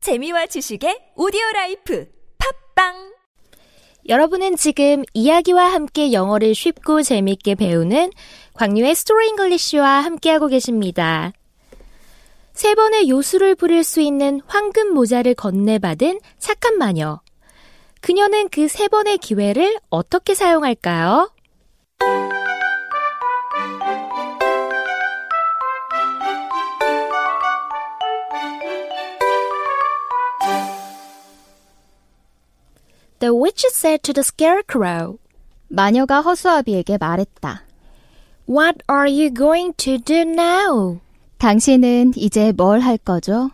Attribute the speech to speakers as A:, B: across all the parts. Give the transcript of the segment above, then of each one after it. A: 재미와 지식의 오디오 라이프 팝빵
B: 여러분은 지금 이야기와 함께 영어를 쉽고 재미있게 배우는 광유의 스토리 잉글리쉬와 함께하고 계십니다. 세 번의 요술을 부릴 수 있는 황금 모자를 건네받은 착한 마녀. 그녀는 그 세 번의 기회를 어떻게 사용할까요? The witch said to the scarecrow,
C: 마녀가 허수아비에게 말했다.
B: What are you going to do now?
C: 당신은 이제 뭘 할 거죠?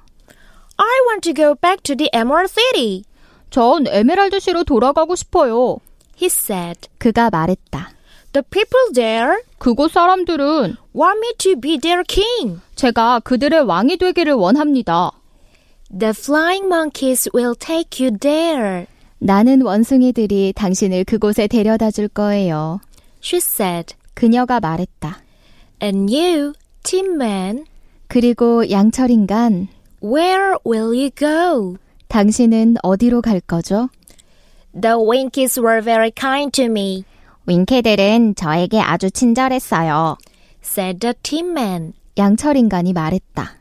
B: I want to go back to the Emerald City,
C: 전 에메랄드시로 돌아가고 싶어요.
B: he said.
C: 그가 말했다.
B: The people there
C: 그곳 사람들은
B: want me to be their king.
C: 제가 그들의 왕이 되기를 원합니다.
B: The flying monkeys will take you there,
C: 나는 원숭이들이 당신을 그곳에 데려다 줄 거예요.
B: she said.
C: 그녀가 말했다.
B: And you, Tin Man,
C: 그리고 양철인간,
B: where will you go?
C: 당신은 어디로 갈 거죠?
B: The Winkies were very kind to me,
C: 윙케들은 저에게 아주 친절했어요.
B: said the Tin Man.
C: 양철인간이 말했다.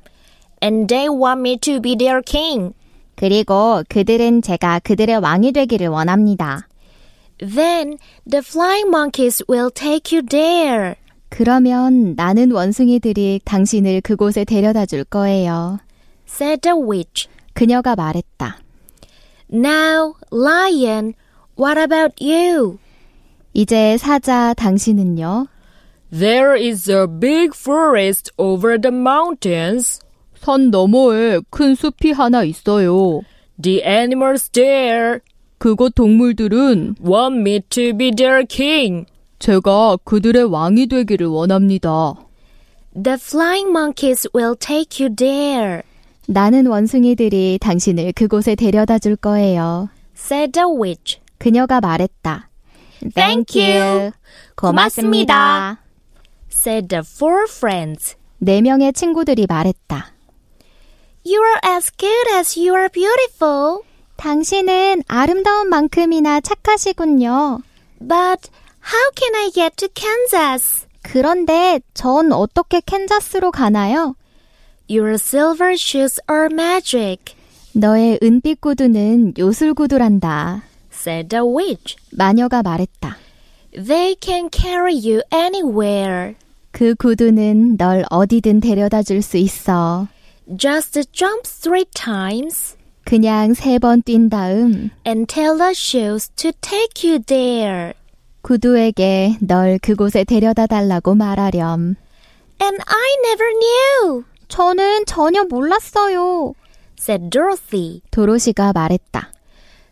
B: And they want me to be their king.
C: 그리고 그들은 제가 그들의 왕이 되기를 원합니다.
B: Then the flying monkeys will take you there,
C: 그러면 나는 원숭이들이 당신을 그곳에 데려다 줄 거예요.
B: said the witch.
C: 그녀가 말했다.
B: Now, lion, what about you?
C: 이제 사자 당신은요?
D: There is a big forest over the mountains.
C: 산 너머에 큰 숲이 하나 있어요.
D: The animals there
C: 그곳 동물들은
D: want me to be their king.
C: 제가 그들의 왕이 되기를 원합니다.
B: The flying monkeys will take you there,
C: 나는 원숭이들이 당신을 그곳에 데려다 줄 거예요.
B: said the witch.
C: 그녀가 말했다.
B: Thank you. 고맙습니다. said the four friends.
C: 네 명의 친구들이 말했다.
B: You are as good as you are beautiful,
C: 당신은 아름다운 만큼이나 착하시군요.
B: but how can I get to Kansas?
C: 그런데 전 어떻게 캔자스로 가나요?
B: Your silver shoes are magic,
C: 너의 은빛 구두는 요술 구두란다.
B: said the witch.
C: 마녀가 말했다.
B: They can carry you anywhere.
C: 그 구두는 널 어디든 데려다 줄 수 있어.
B: Just jump three times
C: 그냥 세 번 뛴 다음
B: and tell the shoes to take you there.
C: 구두에게 널 그곳에 데려다 달라고 말하렴.
B: And I never knew,
C: 저는 전혀 몰랐어요.
B: said Dorothy.
C: 도로시가 말했다.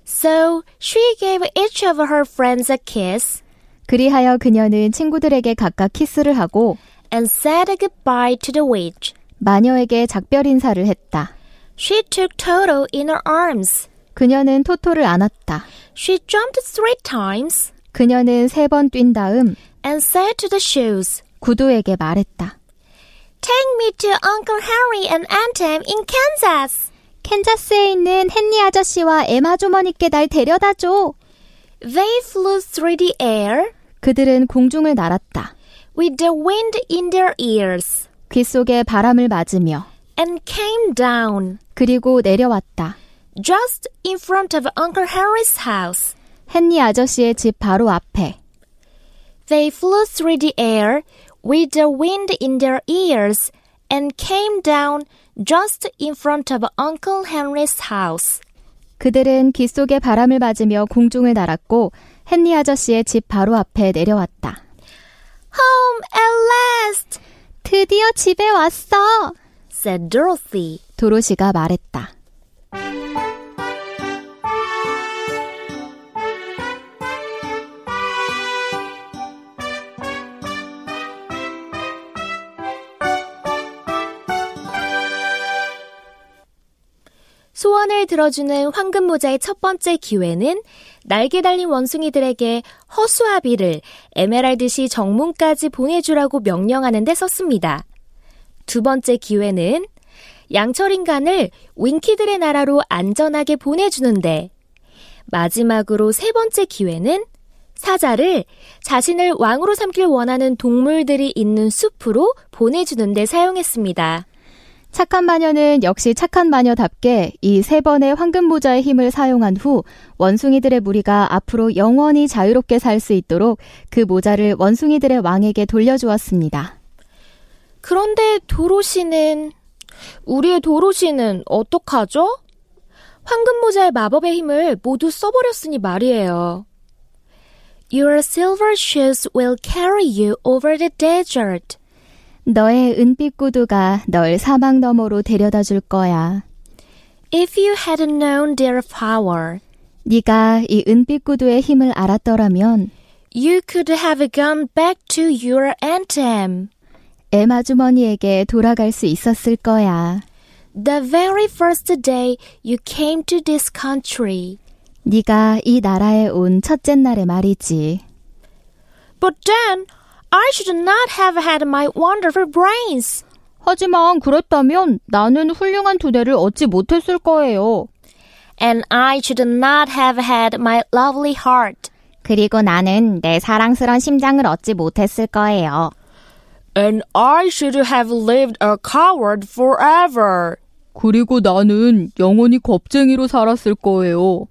B: So she gave each of her friends a kiss
C: 그리하여 그녀는 친구들에게 각각 키스를 하고
B: and said goodbye to the witch.
C: 마녀에게 작별 인사를 했다.
B: She took Toto in her arms.
C: 그녀는 토토를 안았다.
B: She jumped three times
C: 그녀는 세 번 뛴 다음
B: and said to the shoes,
C: 구두에게 말했다.
B: Take me to Uncle Harry and Aunt Tam in Kansas.
C: 캔자스에 있는 헨리 아저씨와 에마 주머니께 날 데려다 줘.
B: They flew through the air
C: 그들은 공중을 날았다.
B: with the wind in their ears
C: 귓 속에 바람을 맞으며
B: and came down
C: 그리고 내려왔다.
B: just in front of Uncle Harry's house.
C: 헨리 아저씨의 집 바로 앞에
B: They flew through the air with the wind in their ears and came down just in front of Uncle Henry's house.
C: 그들은 귓 속에 바람을 맞으며 공중을 날았고 헨리 아저씨의 집 바로 앞에 내려왔다.
B: Home at last,
C: 드디어 집에 왔어.
B: said Dorothy.
C: 도로시가 말했다.
B: 소원을 들어주는 황금 모자의 첫 번째 기회는 날개 달린 원숭이들에게 허수아비를 에메랄드시 정문까지 보내주라고 명령하는 데 썼습니다. 두 번째 기회는 양철 인간을 윙키들의 나라로 안전하게 보내주는데 마지막으로 세 번째 기회는 사자를 자신을 왕으로 삼길 원하는 동물들이 있는 숲으로 보내주는데 사용했습니다.
C: 착한 마녀는 역시 착한 마녀답게 이 세 번의 황금 모자의 힘을 사용한 후 원숭이들의 무리가 앞으로 영원히 자유롭게 살 수 있도록 그 모자를 원숭이들의 왕에게 돌려주었습니다.
B: 그런데 도로시는 우리의 도로시는 어떡하죠? 황금 모자의 마법의 힘을 모두 써버렸으니 말이에요. Your silver shoes will carry you over the desert.
C: 너의 은빛 구두가 널 사막 너머로 데려다 줄 거야.
B: If you had known their power,
C: 네가 이 은빛 구두의 힘을 알았더라면
B: you could have gone back to your anthem.
C: 에마 주머니에게 돌아갈 수 있었을 거야.
B: The very first day you came to this country.
C: 네가 이 나라에 온 첫째 날에 말이지.
B: But then, I should not have had my wonderful brains.
C: 하지만 그랬다면 나는 훌륭한 두뇌를 얻지 못했을 거예요.
B: And I should not have had my lovely heart.
C: 그리고 나는 내 사랑스런 심장을 얻지 못했을 거예요.
D: And I should have lived a coward forever.
E: 그리고 나는 영원히 겁쟁이로 살았을 거예요.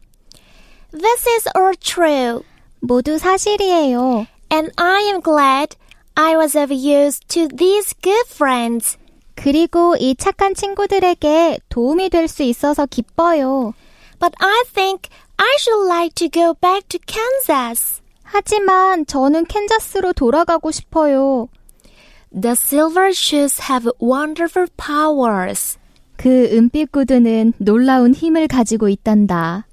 B: This is all true.
C: 모두 사실이에요.
B: And I am glad I was of use to these good friends.
C: 그리고 이 착한 친구들에게 도움이 될 수 있어서 기뻐요.
B: But I think I should like to go back to Kansas.
C: 하지만 저는 캔자스로 돌아가고 싶어요.
B: The silver shoes have wonderful powers.
C: 그 은빛 구두는 놀라운 힘을 가지고 있단다.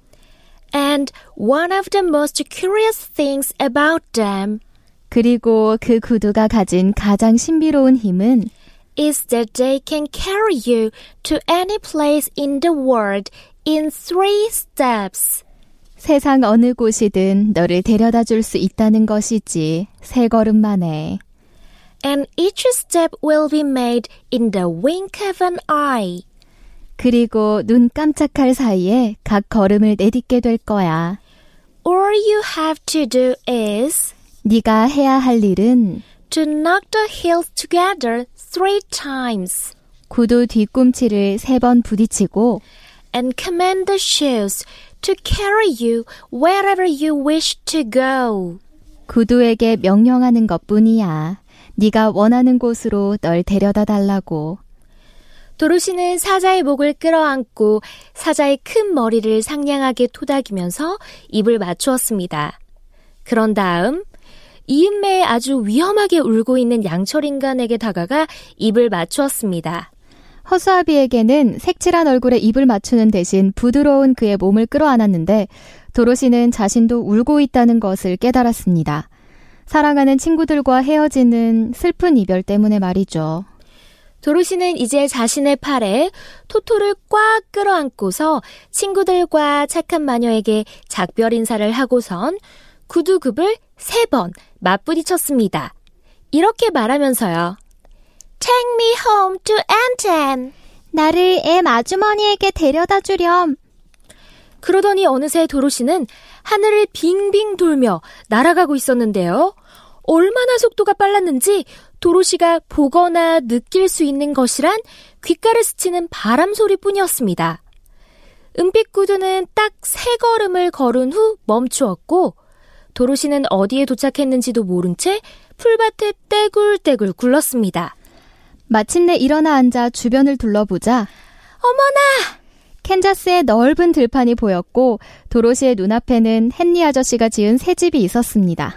B: And one of the most curious things about them
C: 그리고 그 구두가 가진 가장 신비로운 힘은
B: is that they can carry you to any place in the world in three steps.
C: 세상 어느 곳이든 너를 데려다 줄 수 있다는 것이지. 세 걸음 만에.
B: And each step will be made in the wink of an eye.
C: 그리고 눈 깜짝할 사이에 각 걸음을 내딛게 될 거야.
B: All you have to do is
C: 네가 해야 할 일은
B: to knock the heels together three times
C: 구두 뒤꿈치를 세 번 부딪히고
B: and command the shoes to carry you wherever you wish to go.
C: 구두에게 명령하는 것뿐이야. 네가 원하는 곳으로 널 데려다 달라고.
B: 도로시는 사자의 목을 끌어안고 사자의 큰 머리를 상냥하게 토닥이면서 입을 맞추었습니다. 그런 다음 이음매에 아주 위험하게 울고 있는 양철 인간에게 다가가 입을 맞추었습니다.
C: 허수아비에게는 색칠한 얼굴에 입을 맞추는 대신 부드러운 그의 몸을 끌어안았는데 도로시는 자신도 울고 있다는 것을 깨달았습니다. 사랑하는 친구들과 헤어지는 슬픈 이별 때문에 말이죠.
B: 도로시는 이제 자신의 팔에 토토를 꽉 끌어안고서 친구들과 착한 마녀에게 작별 인사를 하고선 구두굽을 세 번 맞부딪혔습니다. 이렇게 말하면서요. Take me home to Anten.
C: 나를 엠 아주머니에게 데려다 주렴.
B: 그러더니 어느새 도로시는 하늘을 빙빙 돌며 날아가고 있었는데요. 얼마나 속도가 빨랐는지 도로시가 보거나 느낄 수 있는 것이란 귓가를 스치는 바람 소리뿐이었습니다. 은빛 구두는 딱 세 걸음을 걸은 후 멈추었고 도로시는 어디에 도착했는지도 모른 채 풀밭에 떼굴떼굴 굴렀습니다.
C: 마침내 일어나 앉아 주변을 둘러보자
B: 어머나!
C: 캔자스의 넓은 들판이 보였고 도로시의 눈앞에는 헨리 아저씨가 지은 새 집이 있었습니다.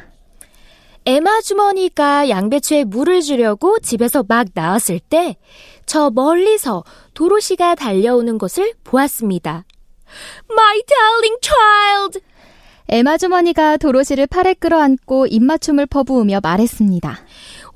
B: 에마 주머니가 양배추에 물을 주려고 집에서 막 나왔을 때, 저 멀리서 도로시가 달려오는 것을 보았습니다. My darling child!
C: 에마 주머니가 도로시를 팔에 끌어안고 입맞춤을 퍼부으며 말했습니다.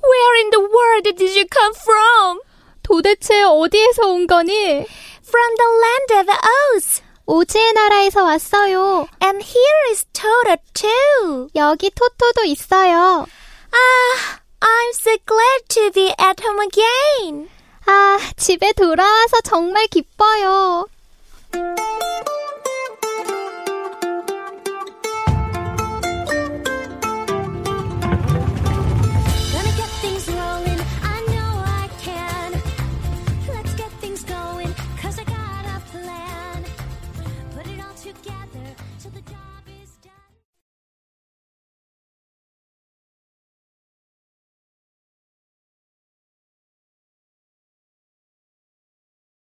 B: Where in the world did you come from?
C: 도대체 어디에서 온 거니?
B: From the land of Oz.
C: 오지의 나라에서 왔어요.
B: And here is Toto too.
C: 여기 토토도 있어요.
B: Ah, I'm so glad to be at home again.
C: 아, 집에 돌아와서 정말 기뻐요.